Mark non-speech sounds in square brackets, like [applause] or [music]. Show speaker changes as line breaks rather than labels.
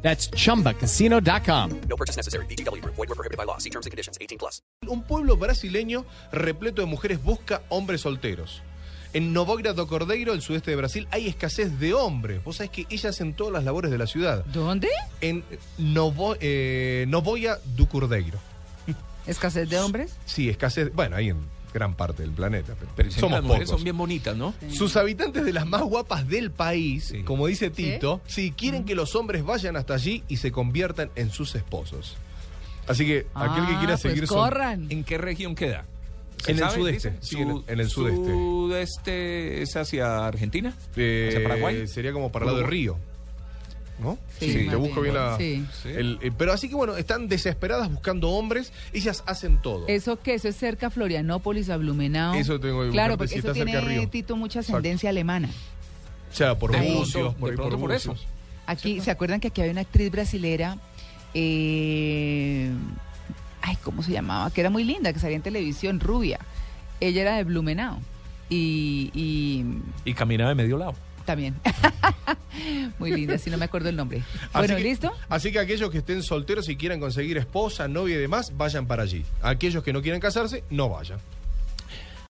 That's chumbacasino.com.
No purchase necessary. BGW. Void were prohibited by law. See terms and conditions. 18 plus.
Un pueblo brasileño repleto de mujeres busca hombres solteros. En Novoira do Cordeiro, el sudeste de Brasil, hay escasez de hombres. Vos sabés que ellas hacen todas las labores de la ciudad.
¿Dónde?
En Novo, eh, Novoia do Cordeiro.
¿Escasez de hombres?
Sí, escasez. Bueno, hay en gran parte del planeta. Pero,
Pero dicen que
somos
las mujeres
pocos.
son bien bonitas, ¿no?
Sus habitantes de las más guapas del país, como dice Tito, sí,
Mm.
quieren que los hombres vayan hasta allí y se conviertan en sus esposos. Así que aquel que
Ah,
quiera
pues
seguir son-
corran.
¿En qué región queda?
En el
sabe?
sudeste,
Dicen.
sí,
Su-
en el- en el sudeste.
¿Sudeste es hacia Argentina? ¿Hacia
Eh,
Paraguay?
Sería como para el lado de
Uruguay.
Río. ¿No?
Sí,
Sí,
más
te busco bien
bien.
la.
Sí.
Sí.
el- el- pero así que bueno, están desesperadas buscando hombres, ellas hacen todo.
¿Eso qué? ¿Eso es cerca a Florianópolis, a Blumenau?
Eso tengo que
Claro,
buscarte
porque
si
eso
está cerca
tiene,
de Río.
Tito, mucha
Exacto.
ascendencia alemana.
O sea, por
De
Bucios,
pronto,
por,
de
ahí por
pronto por eso.
Bucios.
Aquí, ¿se acuerdan que aquí había una actriz brasilera? eh, ay, ¿cómo se llamaba? Que era muy linda, que salía en televisión, rubia. Ella era de Blumenau. Y, y
Y caminaba de medio lado.
también. [laughs] muy linda, si no me acuerdo el nombre.
Así
Bueno,
que-
¿listo?
Así que aquellos que estén solteros y quieran conseguir esposa, novia y demás, vayan para allí. Aquellos que no quieran casarse, no vayan.